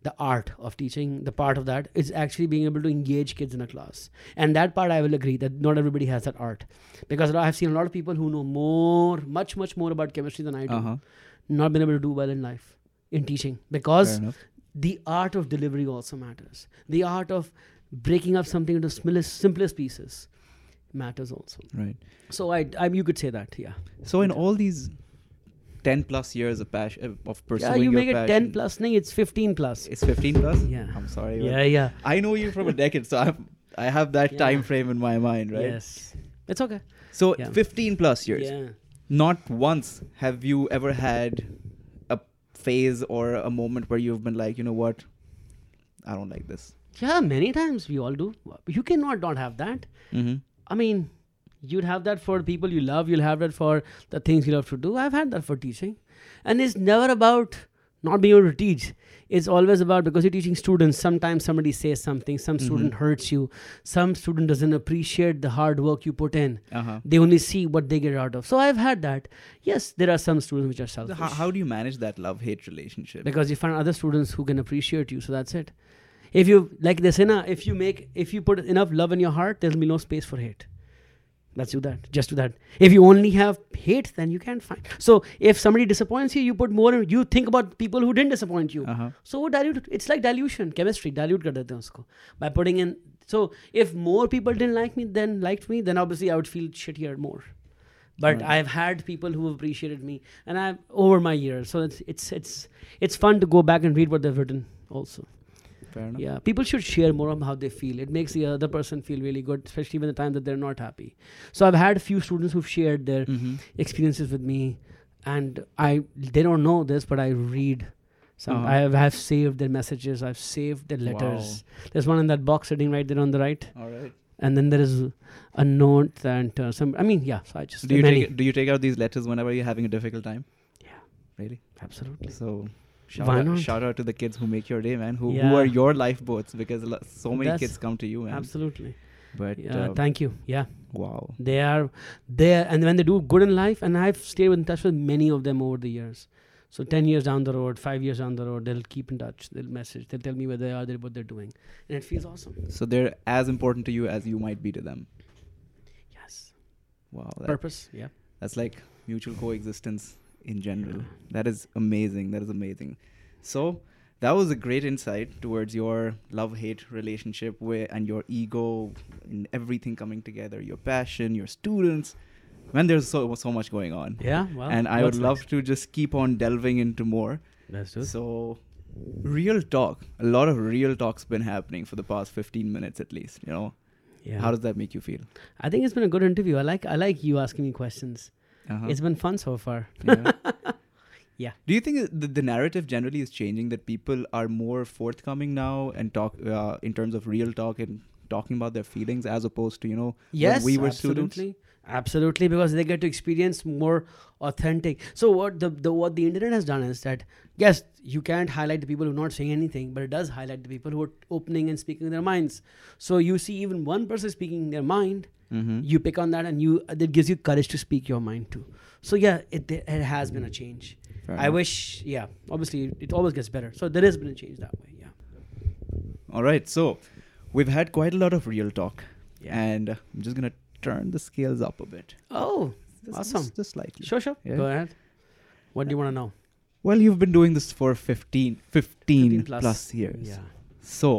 [SPEAKER 1] the art of teaching, the part of that is actually being able to engage kids in a class, and that part I will agree that not everybody has that art, because I've seen a lot of people who know more, much much more about chemistry than I do,
[SPEAKER 2] Uh huh.
[SPEAKER 1] not been able to do well in life in teaching
[SPEAKER 2] Fair
[SPEAKER 1] because
[SPEAKER 2] enough.
[SPEAKER 1] the art of delivery also matters. The art of breaking up something into smallest, simplest pieces matters also.
[SPEAKER 2] Right.
[SPEAKER 1] So I, I, you could say that, yeah.
[SPEAKER 2] So in all these ten plus years of passion of pursuing
[SPEAKER 1] Yeah, you
[SPEAKER 2] your
[SPEAKER 1] make it
[SPEAKER 2] passion-
[SPEAKER 1] ten plus, no, it's fifteen plus.
[SPEAKER 2] It's fifteen plus.
[SPEAKER 1] Yeah.
[SPEAKER 2] I'm sorry. but
[SPEAKER 1] Yeah, yeah.
[SPEAKER 2] I know you from a decade, so I'm, I have that
[SPEAKER 1] Yeah.
[SPEAKER 2] time frame in my mind, right?
[SPEAKER 1] Yes, it's okay.
[SPEAKER 2] So
[SPEAKER 1] Yeah.
[SPEAKER 2] fifteen plus years.
[SPEAKER 1] Yeah.
[SPEAKER 2] Not once have you ever had a phase or a moment where you've been like, you know what, I don't like this.
[SPEAKER 1] Yeah, many times we all do. You cannot not have that.
[SPEAKER 2] Mm-hmm.
[SPEAKER 1] I mean, you'd have that for people you love, you'll have that for the things you love to do. I've had that for teaching. And it's never about not being able to teach it's always about because you're teaching students sometimes somebody says something some
[SPEAKER 2] Mm-hmm.
[SPEAKER 1] student hurts you some student doesn't appreciate the hard work you put in
[SPEAKER 2] Uh-huh.
[SPEAKER 1] they only see what they get out of so i've had that yes there are some students which are
[SPEAKER 2] So
[SPEAKER 1] selfish
[SPEAKER 2] how, how do you manage that love hate relationship?
[SPEAKER 1] because you find other students who can appreciate you so that's it if you like they say na, if you make if you put enough love in your heart there'll be no space for hate let's do that just do that if you only have hate then you can't find so if somebody disappoints you you put more in- you think about people who didn't disappoint you
[SPEAKER 2] uh-huh.
[SPEAKER 1] so वो dilute it's like dilution chemistry dilute कर देते हैं उसको by putting in so if more people didn't like me than liked me then obviously I would feel shittier more but
[SPEAKER 2] Right.
[SPEAKER 1] I've had people who have appreciated me and I've over my years so it's it's it's it's fun to go back and read what they've written also
[SPEAKER 2] Fair enough.
[SPEAKER 1] yeah people should share more on how they feel it makes the other person feel really good especially when the time that they're not happy so I've had a few students who've shared their
[SPEAKER 2] Mhm.
[SPEAKER 1] experiences with me and i they don't know this but i read some
[SPEAKER 2] Uh-huh.
[SPEAKER 1] i have, have saved their messages i've saved their letters there's one in that box sitting right there on the right
[SPEAKER 2] All right.
[SPEAKER 1] and then there is a note that uh, some i mean yeah so i just
[SPEAKER 2] Do you
[SPEAKER 1] many.
[SPEAKER 2] take, do you take out these letters whenever you're having a difficult time?
[SPEAKER 1] Yeah.
[SPEAKER 2] Really?
[SPEAKER 1] absolutely
[SPEAKER 2] So shout
[SPEAKER 1] Why
[SPEAKER 2] out,
[SPEAKER 1] not?
[SPEAKER 2] shout out to the kids who make your day, man. Who
[SPEAKER 1] Yeah.
[SPEAKER 2] who are your lifeboats because a lot- so many
[SPEAKER 1] That's-
[SPEAKER 2] kids come to you, man.
[SPEAKER 1] absolutely
[SPEAKER 2] But
[SPEAKER 1] yeah
[SPEAKER 2] uh,
[SPEAKER 1] thank you yeah
[SPEAKER 2] wow.
[SPEAKER 1] they are there and when they do good in life and i've stayed in touch with many of them over the years so 10 years down the road 5 years down the road they'll keep in touch they'll message they'll tell me where they are they're, what they're doing and it feels awesome
[SPEAKER 2] So they're as important to you as you might be to them.
[SPEAKER 1] yes
[SPEAKER 2] Wow. that-
[SPEAKER 1] purpose yeah
[SPEAKER 2] that's like mutual coexistence in general. That is amazing. That is amazing. So that was a great insight towards your love hate relationship where and your ego and everything coming together, your passion, your students. Man, there's so so much going on.
[SPEAKER 1] Yeah, well,
[SPEAKER 2] and I would
[SPEAKER 1] what's
[SPEAKER 2] love to just keep on delving into more.
[SPEAKER 1] next? Let's do
[SPEAKER 2] So, real talk. A lot of real talk's been happening for the past 15 minutes at least. You know,
[SPEAKER 1] it. Yeah,
[SPEAKER 2] how does that make you feel?
[SPEAKER 1] I think it's been a good interview. I like I like you asking me questions.
[SPEAKER 2] Uh-huh.
[SPEAKER 1] It's been fun so far.
[SPEAKER 2] Yeah.
[SPEAKER 1] Yeah.
[SPEAKER 2] Do you think the, the narrative generally is changing that people are more forthcoming now and talk uh, in terms of real talk and talking about their feelings as opposed to you know
[SPEAKER 1] Yes,
[SPEAKER 2] when we were
[SPEAKER 1] absolutely.
[SPEAKER 2] students?
[SPEAKER 1] Absolutely, because they get to experience more authentic. So what the, the what the internet has done is that yes, you can't highlight the people who are not saying anything, but it does highlight the people who are opening and speaking their minds. So you see, even one person speaking their mind,
[SPEAKER 2] Mm-hmm.
[SPEAKER 1] you pick on that, and you that gives you courage to speak your mind too. So yeah, it it has been a change. I wish, yeah. Obviously, it always gets better. So there has been a change that way. Yeah.
[SPEAKER 2] All right, so we've had quite a lot of real talk,
[SPEAKER 1] Yeah.
[SPEAKER 2] and uh, I'm just gonna turn the scales up a bit,
[SPEAKER 1] Oh,
[SPEAKER 2] Just-
[SPEAKER 1] Awesome.
[SPEAKER 2] just, just slightly.
[SPEAKER 1] sure, sure.
[SPEAKER 2] Yeah.
[SPEAKER 1] Go ahead. What do you want to know?
[SPEAKER 2] Well, you've been doing this for 15, 15,
[SPEAKER 1] 15
[SPEAKER 2] plus.
[SPEAKER 1] plus.
[SPEAKER 2] years.
[SPEAKER 1] Yeah.
[SPEAKER 2] So,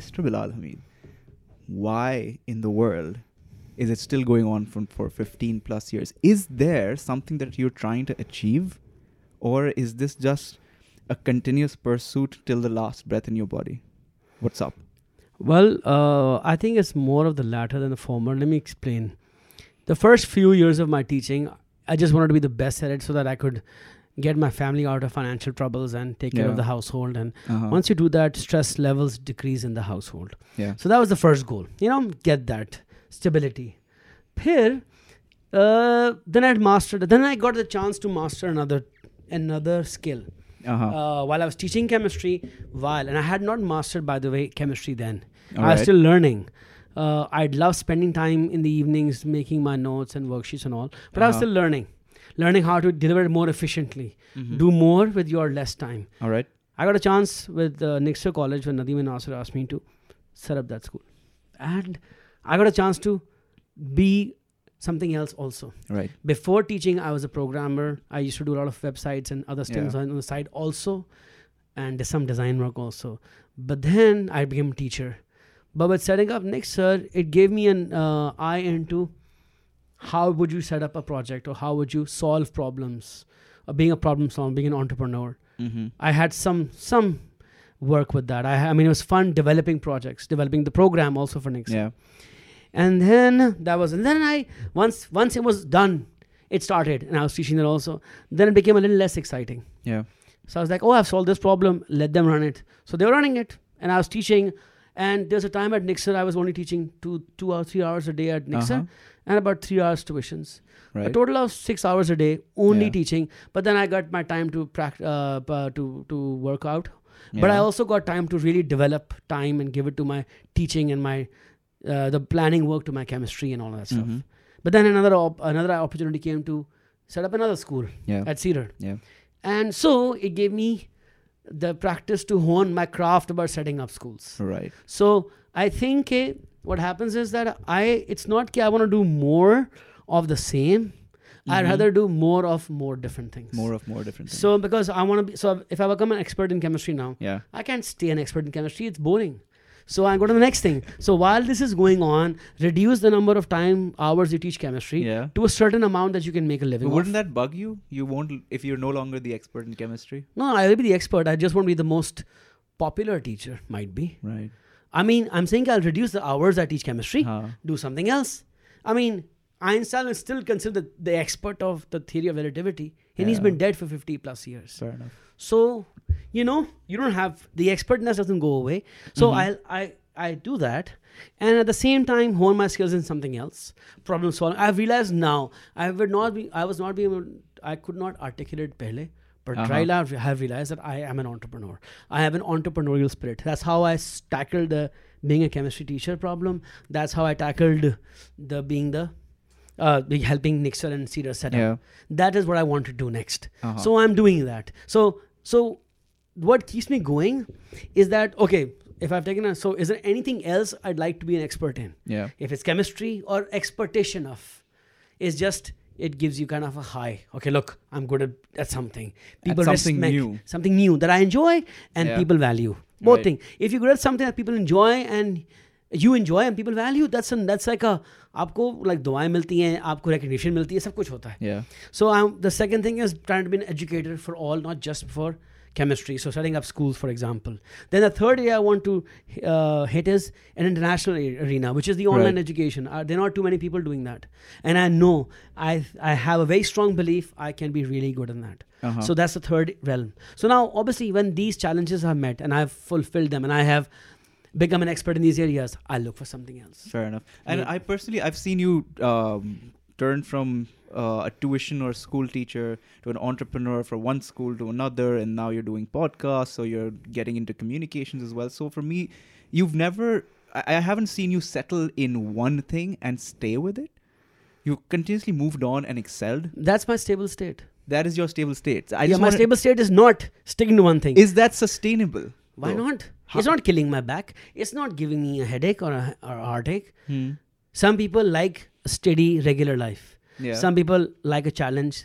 [SPEAKER 2] Mr. Bilal Hamid, why in the world is it still going on from, for 15 plus years? Is there something that you're trying to achieve? Or is this just a continuous pursuit till the last breath in your body? What's up?
[SPEAKER 1] Well, uh, I think it's more of the latter than the former. Let me explain. The first few years of my teaching, I just wanted to be the best at it so that I could get my family out of financial troubles and take care
[SPEAKER 2] Yeah.
[SPEAKER 1] of the household. And
[SPEAKER 2] Uh-huh.
[SPEAKER 1] once you do that, stress levels decrease in the household.
[SPEAKER 2] yeah.
[SPEAKER 1] So that was the first goal. You know, get that stability. Here, uh, then I had mastered. Then I got the chance to master another another skill
[SPEAKER 2] Uh-huh.
[SPEAKER 1] uh, while I was teaching chemistry. While and I had not mastered, by the way, chemistry then.
[SPEAKER 2] All
[SPEAKER 1] I was
[SPEAKER 2] right.
[SPEAKER 1] still learning. Uh, I'd love spending time in the evenings making my notes and worksheets and all, but I was
[SPEAKER 2] Uh-huh.
[SPEAKER 1] still learning, learning how to deliver it more efficiently,
[SPEAKER 2] Mhm.
[SPEAKER 1] do more with your less time.
[SPEAKER 2] All right.
[SPEAKER 1] I got a chance with uh, Nixer College when Nadeem and Nasser asked me to set up that school. And I got a chance to be something else also.
[SPEAKER 2] All right.
[SPEAKER 1] Before teaching, I was a programmer. I used to do a lot of websites and other things
[SPEAKER 2] Yeah.
[SPEAKER 1] on the side also, and there's some design work also. But then I became a teacher. But with setting up Nixer, it gave me an uh, eye into how would you set up a project or how would you solve problems, or being a problem solver, being an entrepreneur.
[SPEAKER 2] Mm-hmm.
[SPEAKER 1] I had some some work with that. I, I mean, it was fun developing projects, developing the program also for Nixon.
[SPEAKER 2] Yeah.
[SPEAKER 1] And then that was, and then I once once it was done, it started, and I was teaching that also. Then it became a little less exciting.
[SPEAKER 2] Yeah.
[SPEAKER 1] So I was like, oh, I've solved this problem. Let them run it. So they were running it, and I was teaching, And there's a time at Nixer I was only teaching two two or three hours a day at Nixer, and about three hours tuitions. A
[SPEAKER 2] Right.
[SPEAKER 1] total of six hours a day only
[SPEAKER 2] Yeah.
[SPEAKER 1] teaching. But then I got my time to practice uh, uh, to to work out. But I
[SPEAKER 2] Yeah.
[SPEAKER 1] also got time to really develop time and give it to my teaching and my uh, the planning work to my chemistry and all that stuff.
[SPEAKER 2] Mhm.
[SPEAKER 1] But then another op- another opportunity came to set up another school
[SPEAKER 2] Yeah.
[SPEAKER 1] at Cedar.
[SPEAKER 2] yeah.
[SPEAKER 1] And so it gave me the practice to hone my craft about setting up schools.
[SPEAKER 2] Right.
[SPEAKER 1] So I think eh, what happens is that I it's not that I want to do more of the same. I'd rather do more of more different things.
[SPEAKER 2] Mm-hmm. More of more different things.
[SPEAKER 1] So because I want to be so if I become an expert in chemistry now,
[SPEAKER 2] yeah.
[SPEAKER 1] I can't stay an expert in chemistry. It's boring. So I go to the next thing. So while this is going on, reduce the number of time hours you teach chemistry
[SPEAKER 2] Yeah.
[SPEAKER 1] to a certain amount that you can make a living. off.
[SPEAKER 2] But wouldn't that bug you? You won't l- if you're no longer the expert in chemistry.
[SPEAKER 1] No, I'll be the expert. I just want to be the most popular teacher, might be.
[SPEAKER 2] Right.
[SPEAKER 1] I mean, I'm saying I'll reduce the hours I teach chemistry,
[SPEAKER 2] Huh.
[SPEAKER 1] do something else. I mean, Einstein is still considered the, the expert of the theory of relativity, and he's
[SPEAKER 2] Yeah.
[SPEAKER 1] been dead for 50 plus years.
[SPEAKER 2] Fair enough.
[SPEAKER 1] So, you know, you don't have the expertness doesn't go away. So
[SPEAKER 2] Mm-hmm.
[SPEAKER 1] I'll, I I do that, and at the same time hone my skills in something else, problem solving. I've realized now I would not be I was not be able I could not articulate pehle, but
[SPEAKER 2] Uh-huh.
[SPEAKER 1] right now I have realized that I am an entrepreneur. I have an entrepreneurial spirit. That's how I s- tackled the being a chemistry teacher problem. That's how I tackled the being the uh, the helping Nixer and Cedar set up.
[SPEAKER 2] Yeah.
[SPEAKER 1] That is what I want to do next.
[SPEAKER 2] Uh-huh.
[SPEAKER 1] So Oh, I'm doing that. So so what keeps me going is that okay, if I've taken a so is there anything else I'd like to be an expert in?
[SPEAKER 2] Yeah.
[SPEAKER 1] If it's chemistry or expertation of it's just it gives you kind of a high. Okay, look, I'm good at, at something.
[SPEAKER 2] something
[SPEAKER 1] respect-
[SPEAKER 2] new.
[SPEAKER 1] Something new that I enjoy and
[SPEAKER 2] Yeah.
[SPEAKER 1] people value. Both
[SPEAKER 2] Right.
[SPEAKER 1] things. If you're good at something that people enjoy and you enjoy and people value, that's an, that's like a आपको like दुआएं मिलती हैं आपको recognition मिलती है सब कुछ होता है
[SPEAKER 2] Yeah.
[SPEAKER 1] so um, the second thing is trying to be an educator for all, not just for chemistry. So setting up schools, for example. Then the third area I want to uh, hit is an international a- arena, which is the online
[SPEAKER 2] Right.
[SPEAKER 1] education. Uh, there are not too many people doing that, and I know I I have a very strong belief I can be really good in that.
[SPEAKER 2] Uh-huh.
[SPEAKER 1] So that's the third realm. So now, obviously, when these challenges are met and I've fulfilled them and I have become an expert in these areas, I look for something else.
[SPEAKER 2] Fair enough. And
[SPEAKER 1] Yeah.
[SPEAKER 2] I personally, I've seen you um, turn from uh, a tuition or school teacher to an entrepreneur from one school to another, and now you're doing podcasts, so you're getting into communications as well. So for me, you've never, I, I haven't seen you settle in one thing and stay with it. You continuously moved on and excelled.
[SPEAKER 1] That's my stable state.
[SPEAKER 2] That is your stable state. I
[SPEAKER 1] yeah,
[SPEAKER 2] just
[SPEAKER 1] my
[SPEAKER 2] wanna-
[SPEAKER 1] stable state is not sticking to one thing.
[SPEAKER 2] Is that sustainable?
[SPEAKER 1] Why
[SPEAKER 2] though?
[SPEAKER 1] not?
[SPEAKER 2] How-
[SPEAKER 1] It's not killing my back. It's not giving me a headache or a, or a heartache.
[SPEAKER 2] Hmm.
[SPEAKER 1] Some people like a steady, regular life.
[SPEAKER 2] Yeah.
[SPEAKER 1] Some people like a challenge.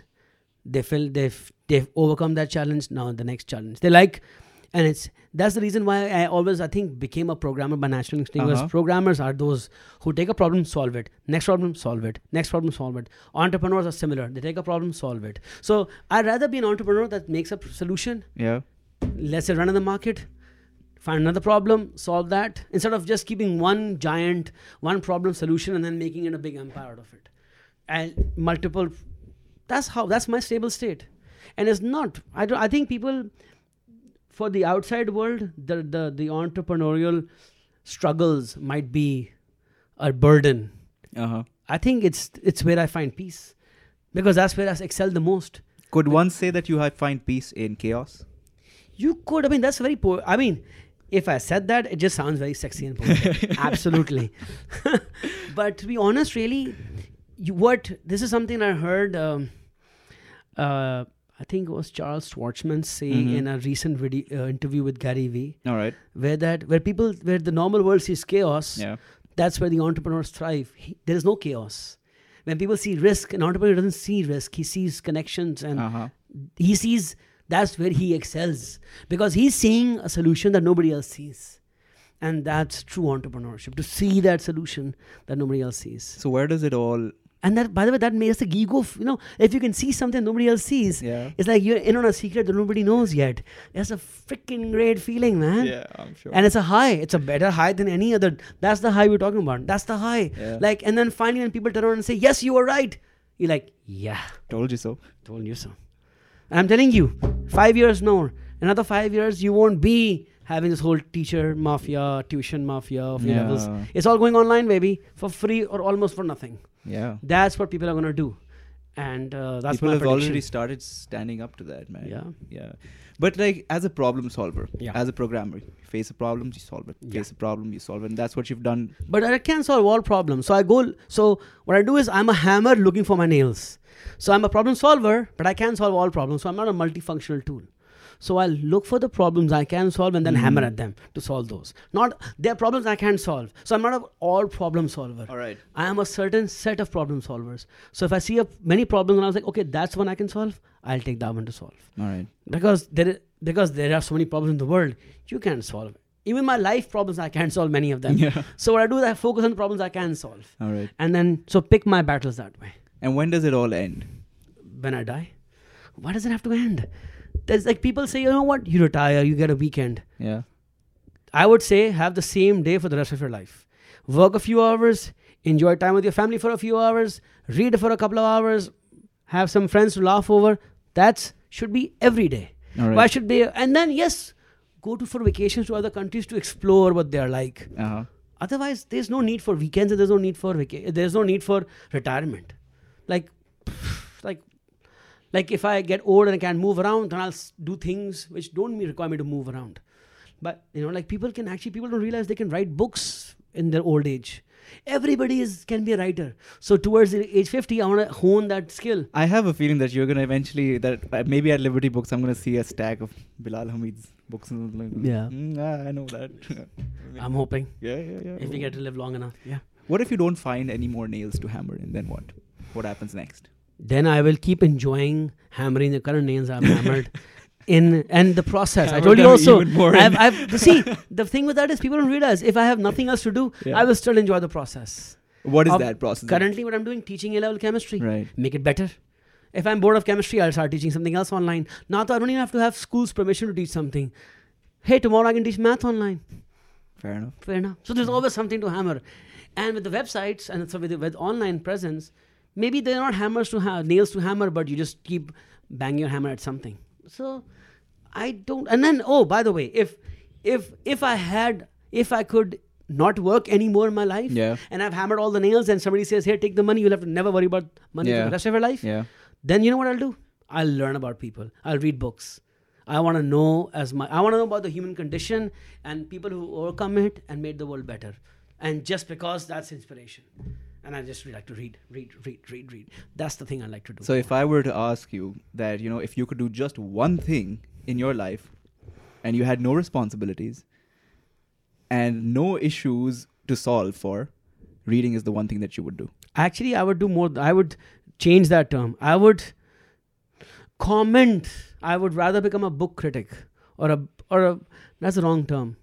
[SPEAKER 1] They feel they've they've overcome that challenge. Now the next challenge. They like, and it's that's the reason why I always I think became a programmer by natural instinct. was
[SPEAKER 2] Uh-huh.
[SPEAKER 1] programmers are those who take a problem, solve it. Next problem, solve it. Next problem, solve it. Entrepreneurs are similar. They take a problem, solve it. So I'd rather be an entrepreneur that makes a p- solution
[SPEAKER 2] yeah.
[SPEAKER 1] let's say run in the market find another problem solve that instead of just keeping one giant one problem solution and then making it a big empire out of it and multiple that's how that's my stable state and it's not i don't i think people for the outside world the the, the entrepreneurial struggles might be a burden
[SPEAKER 2] Uh huh.
[SPEAKER 1] i think it's it's where i find peace because that's where i excel the most
[SPEAKER 2] Could one say that you have find peace in chaos?
[SPEAKER 1] You could. I mean, that's very poor. I mean, if I said that, it just sounds very sexy and poetic. Absolutely. but to be honest, really, you, what this is something I heard. Um, uh, I think it was Charles Schwartzman say
[SPEAKER 2] Mhm.
[SPEAKER 1] in a recent video, uh, interview with Gary Vee,
[SPEAKER 2] All right.
[SPEAKER 1] where that where people where the normal world sees chaos,
[SPEAKER 2] Yeah.
[SPEAKER 1] that's where the entrepreneurs thrive. He, there is no chaos. When people see risk, an entrepreneur doesn't see risk. He sees connections and
[SPEAKER 2] Uh huh.
[SPEAKER 1] he sees that's where he excels because he's seeing a solution that nobody else sees and that's true entrepreneurship to see that solution that nobody else sees
[SPEAKER 2] So where does it all?
[SPEAKER 1] and that by the way that makes the ego f- you know if you can see something nobody else sees
[SPEAKER 2] Yeah.
[SPEAKER 1] it's like you're in on a secret that nobody knows yet that's a freaking great feeling man
[SPEAKER 2] I'm sure.
[SPEAKER 1] and it's a high it's a better high than any other that's the high we're talking about that's the high
[SPEAKER 2] Yeah.
[SPEAKER 1] like and then finally when people turn around and say yes you were right you're like yeah
[SPEAKER 2] Told you so.
[SPEAKER 1] Told you so. I'm telling you, five years more, another five years, you won't be having this whole teacher mafia, tuition mafia, free
[SPEAKER 2] yeah.
[SPEAKER 1] levels. It's all going online, baby, for free or almost for nothing.
[SPEAKER 2] Yeah.
[SPEAKER 1] That's what people are gonna do, and uh, that's
[SPEAKER 2] People
[SPEAKER 1] my
[SPEAKER 2] have
[SPEAKER 1] prediction.
[SPEAKER 2] already started standing up to that, man.
[SPEAKER 1] Yeah.
[SPEAKER 2] Yeah. But like as a problem solver,
[SPEAKER 1] Yeah.
[SPEAKER 2] as a programmer, you face a problem, you solve it.
[SPEAKER 1] Yeah.
[SPEAKER 2] Face a problem, you solve it. And that's what you've done.
[SPEAKER 1] But I can solve all problems. So I go. So what I do is I'm a hammer looking for my nails. So I'm a problem solver, but I can solve all problems. So I'm not a multifunctional tool. So I'll look for the problems I can solve and then
[SPEAKER 2] Hmm.
[SPEAKER 1] hammer at them to solve those. Not there are problems I can solve. So I'm not an all problem solver.
[SPEAKER 2] All right.
[SPEAKER 1] I am a certain set of problem solvers. So if I see a, many problems and I was like, okay, that's one I can solve. I'll take that one to solve
[SPEAKER 2] All right.
[SPEAKER 1] because there i- because there are so many problems in the world you can't solve even my life problems i can't solve many of them
[SPEAKER 2] Yeah.
[SPEAKER 1] so what i do is i focus on the problems i can solve
[SPEAKER 2] All right.
[SPEAKER 1] and then so pick my battles that way
[SPEAKER 2] And when does it all end?
[SPEAKER 1] when i die why does it have to end there's like people say you know what you retire you get a weekend
[SPEAKER 2] Yeah.
[SPEAKER 1] i would say have the same day for the rest of your life work a few hours enjoy time with your family for a few hours read for a couple of hours have some friends to laugh over that's should be every day
[SPEAKER 2] All right.
[SPEAKER 1] why should they? And then yes, go to for vacations to other countries to explore what they are like.
[SPEAKER 2] uh-huh.
[SPEAKER 1] Otherwise, there's no need for weekends. And there's no need for vaca- There's no need for retirement. Like, like, like if I get old and I can't move around, then I'll s- do things which don't me- require me to move around. But you know, like people can actually people don't realize they can write books in their old age. Everybody is can be a writer. So towards the age fifty, I want to hone that skill.
[SPEAKER 2] I have a feeling that you're gonna eventually that uh, maybe at Liberty Books I'm gonna see a stack of Bilal Hamid's books. And I'm like,
[SPEAKER 1] Yeah.
[SPEAKER 2] "Mm, ah, I know that. yeah,
[SPEAKER 1] I'm hoping
[SPEAKER 2] yeah, yeah.
[SPEAKER 1] if we get to live long enough. Yeah.
[SPEAKER 2] what if you don't find any more nails to hammer in? Then what? What happens next?
[SPEAKER 1] then I will keep enjoying hammering the current nails I've hammered in and the process. I
[SPEAKER 2] Hammer
[SPEAKER 1] told you
[SPEAKER 2] them
[SPEAKER 1] also.
[SPEAKER 2] even more
[SPEAKER 1] I've,
[SPEAKER 2] in.
[SPEAKER 1] I've, see, the thing with that is people don't realize if I have nothing else to do,
[SPEAKER 2] Yeah.
[SPEAKER 1] I will still enjoy the process.
[SPEAKER 2] What is
[SPEAKER 1] Of
[SPEAKER 2] that process?
[SPEAKER 1] Currently, what I'm doing, teaching A level chemistry,
[SPEAKER 2] Right.
[SPEAKER 1] make it better. If I'm bored of chemistry, I'll start teaching something else online. Now, though, I don't even have to have school's permission to teach something. Hey, tomorrow I can teach math online.
[SPEAKER 2] Fair enough.
[SPEAKER 1] Fair enough. So there's always something to hammer, and with the websites and so with, with online presence, maybe they're not hammers to have nails to hammer, but you just keep banging your hammer at something. So I don't. And then oh, by the way, if if if I had if I could not work anymore in my life,
[SPEAKER 2] Yeah.
[SPEAKER 1] and I've hammered all the nails, and somebody says, "Here, take the money. You'll have to never worry about money for
[SPEAKER 2] Yeah.
[SPEAKER 1] the rest of your life."
[SPEAKER 2] Yeah.
[SPEAKER 1] then you know what I'll do? I'll learn about people. I'll read books. I want to know as my I want to know about the human condition and people who overcome it and made the world better. And just because that's inspiration, and I just like to read, read, read, read, read. That's the thing I like to do.
[SPEAKER 2] So if I were to ask you that, you know, if you could do just one thing in your life and you had no responsibilities and no issues to solve for, reading is the one thing that you would do.
[SPEAKER 1] actually, I would do more. I would change that term. I would comment. I would rather become a book critic or a or a that's the wrong term.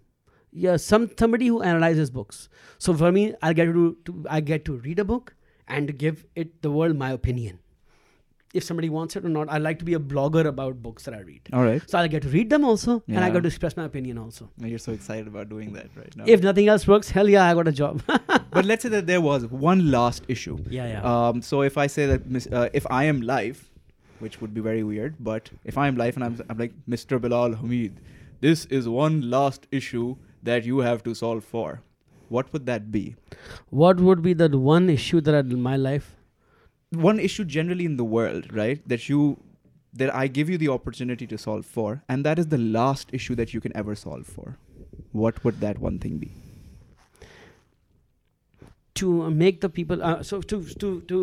[SPEAKER 1] Yeah, some somebody who analyzes books. So for me, I get to, to I get to read a book and give it the world my opinion. If somebody wants it or not, I like to be a blogger about books that I read.
[SPEAKER 2] All right.
[SPEAKER 1] So I get to read them also, and I
[SPEAKER 2] Yeah.
[SPEAKER 1] got to express my opinion also.
[SPEAKER 2] You're so excited about doing that right now.
[SPEAKER 1] If nothing else works, hell yeah, I got a job.
[SPEAKER 2] but let's say that there was one last issue.
[SPEAKER 1] yeah, yeah.
[SPEAKER 2] Um, so if I say that mis- uh, if I am live, which would be very weird, but if I am live and I'm, I'm like Mr. Bilal Hamid, this is one last issue that you have to solve for. What would that be?
[SPEAKER 1] what would be that one issue that I'd, my life
[SPEAKER 2] One issue generally in the world, right? That you that I give you the opportunity to solve for, and that is the last issue that you can ever solve for. What would that one thing be?
[SPEAKER 1] to uh, make the people uh, so to to to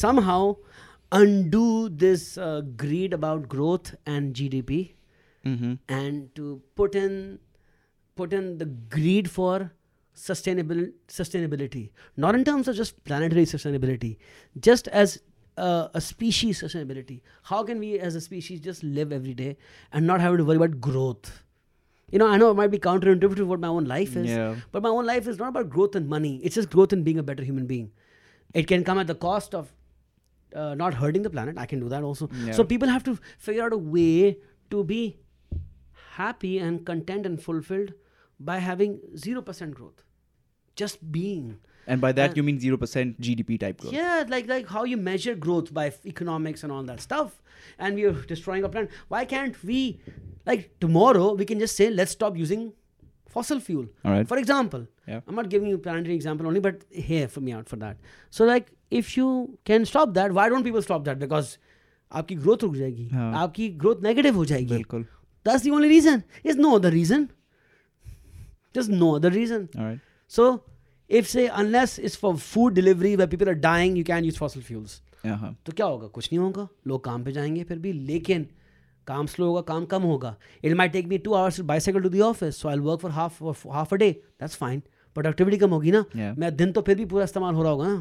[SPEAKER 1] somehow undo this uh, greed about growth and GDP
[SPEAKER 2] Mm-hmm.
[SPEAKER 1] and to put in put in the greed for sustainable sustainability not in terms of just planetary sustainability just as uh, a species sustainability how can we as a species just live every day and not have to worry about growth you know i know it might be counterintuitive to what my own life is
[SPEAKER 2] Yeah.
[SPEAKER 1] but my own life is not about growth and money it's just growth and being a better human being it can come at the cost of uh, not hurting the planet i can do that also
[SPEAKER 2] Yeah.
[SPEAKER 1] so people have to figure out a way to be happy and content and fulfilled by having 0% growth just being
[SPEAKER 2] And by that
[SPEAKER 1] And-
[SPEAKER 2] you mean zero percent GDP type growth.
[SPEAKER 1] Uh, Yeah, like like how you measure growth by f- economics and all that stuff, and we are destroying our planet. Why can't we, like tomorrow, we can just say let's stop using fossil fuel.
[SPEAKER 2] All right.
[SPEAKER 1] For example,
[SPEAKER 2] Yeah.
[SPEAKER 1] I'm not giving you planetary example only, but here for me out for that. So like if you can stop that, why don't people stop that? Because आपकी growth रुक जाएगी,
[SPEAKER 2] हाँ.
[SPEAKER 1] आपकी growth negative हो जाएगी.
[SPEAKER 2] Bilkul.
[SPEAKER 1] That's the only reason. There's no other reason. There's no other reason.
[SPEAKER 2] All right.
[SPEAKER 1] So, if say unless it's for food delivery where people are dying, you can use fossil fuels.
[SPEAKER 2] Yeah. huh.
[SPEAKER 1] तो क्या होगा कुछ नहीं होगा लोग काम पे जाएंगे फिर भी लेकिन काम स्लो होगा काम कम होगा it may take me two hours bicycle to the office so I work for half half a day that's fine productivity कम होगी ना
[SPEAKER 2] Yeah.
[SPEAKER 1] मैं दिन तो फिर भी पूरा इस्तेमाल हो रहा होगा ना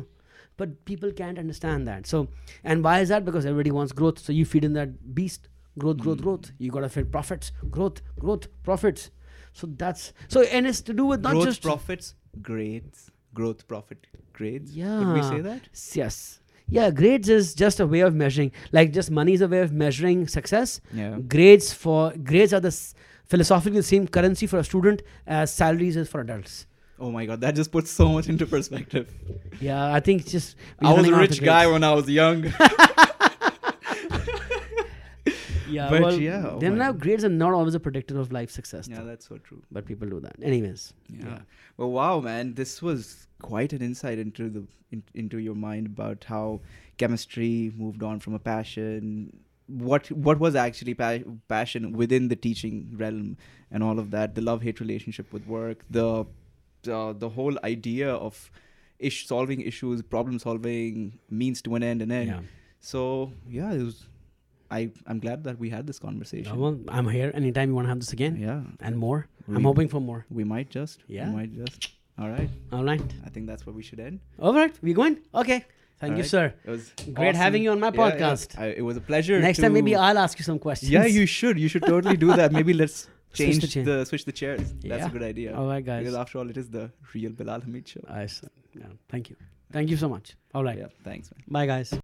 [SPEAKER 1] but people can't understand that so and why is that because everybody wants growth so you feed in that beast growth growth
[SPEAKER 2] Hmm.
[SPEAKER 1] Growth you got फिर profits growth growth profits so that's so and it's to do with not
[SPEAKER 2] growth
[SPEAKER 1] just
[SPEAKER 2] profits grades growth profit grades
[SPEAKER 1] Yeah.
[SPEAKER 2] could we say that
[SPEAKER 1] S- Yes. Yeah, grades is just a way of measuring. Like just money is a way of measuring success.
[SPEAKER 2] Yeah.
[SPEAKER 1] Grades for grades are the s- philosophically the same currency for a student as salaries is for adults.
[SPEAKER 2] oh my god that just puts so much into perspective
[SPEAKER 1] Yeah, I think it's just we're
[SPEAKER 2] i was
[SPEAKER 1] running
[SPEAKER 2] a
[SPEAKER 1] out of
[SPEAKER 2] rich guy
[SPEAKER 1] grades.
[SPEAKER 2] when i was young
[SPEAKER 1] Yeah,
[SPEAKER 2] But
[SPEAKER 1] well,
[SPEAKER 2] yeah, oh
[SPEAKER 1] then
[SPEAKER 2] my
[SPEAKER 1] now
[SPEAKER 2] God.
[SPEAKER 1] grades are not always a predictor of life success.
[SPEAKER 2] yeah
[SPEAKER 1] though.
[SPEAKER 2] that's so true
[SPEAKER 1] But people do that, anyways.
[SPEAKER 2] yeah. well wow man this was quite an insight into the in, into your mind about how chemistry moved on from a passion what what was actually pa- passion within the teaching realm and all of that the love hate relationship with work the uh, the whole idea of ish solving issues problem solving means to an end and end
[SPEAKER 1] Yeah.
[SPEAKER 2] so yeah it was i i'm glad that we had this conversation
[SPEAKER 1] Uh, Well, I'm here anytime you want to have this again
[SPEAKER 2] yeah
[SPEAKER 1] and more.
[SPEAKER 2] We-
[SPEAKER 1] I'm hoping for more.
[SPEAKER 2] we might just
[SPEAKER 1] Yeah.
[SPEAKER 2] we might just all right
[SPEAKER 1] All right.
[SPEAKER 2] i think that's where we should end
[SPEAKER 1] All right. We going? Okay. Thank
[SPEAKER 2] All
[SPEAKER 1] you,
[SPEAKER 2] right.
[SPEAKER 1] sir.
[SPEAKER 2] It was
[SPEAKER 1] Great having you on my
[SPEAKER 2] Yeah, yeah.
[SPEAKER 1] podcast.
[SPEAKER 2] I- it was a pleasure.
[SPEAKER 1] Next time, maybe
[SPEAKER 2] to-
[SPEAKER 1] I'll ask you some questions.
[SPEAKER 2] Yeah, you should. You should totally do that. Maybe let's
[SPEAKER 1] Switch
[SPEAKER 2] change
[SPEAKER 1] the chair.
[SPEAKER 2] the switch the chairs. That's a
[SPEAKER 1] Yeah.
[SPEAKER 2] good idea.
[SPEAKER 1] All right, guys.
[SPEAKER 2] Because after all, it is the real Bilal Hamid show.
[SPEAKER 1] I s- yeah, thank you. Thank you so much. All right.
[SPEAKER 2] Yeah. Thanks, man.
[SPEAKER 1] Bye, guys.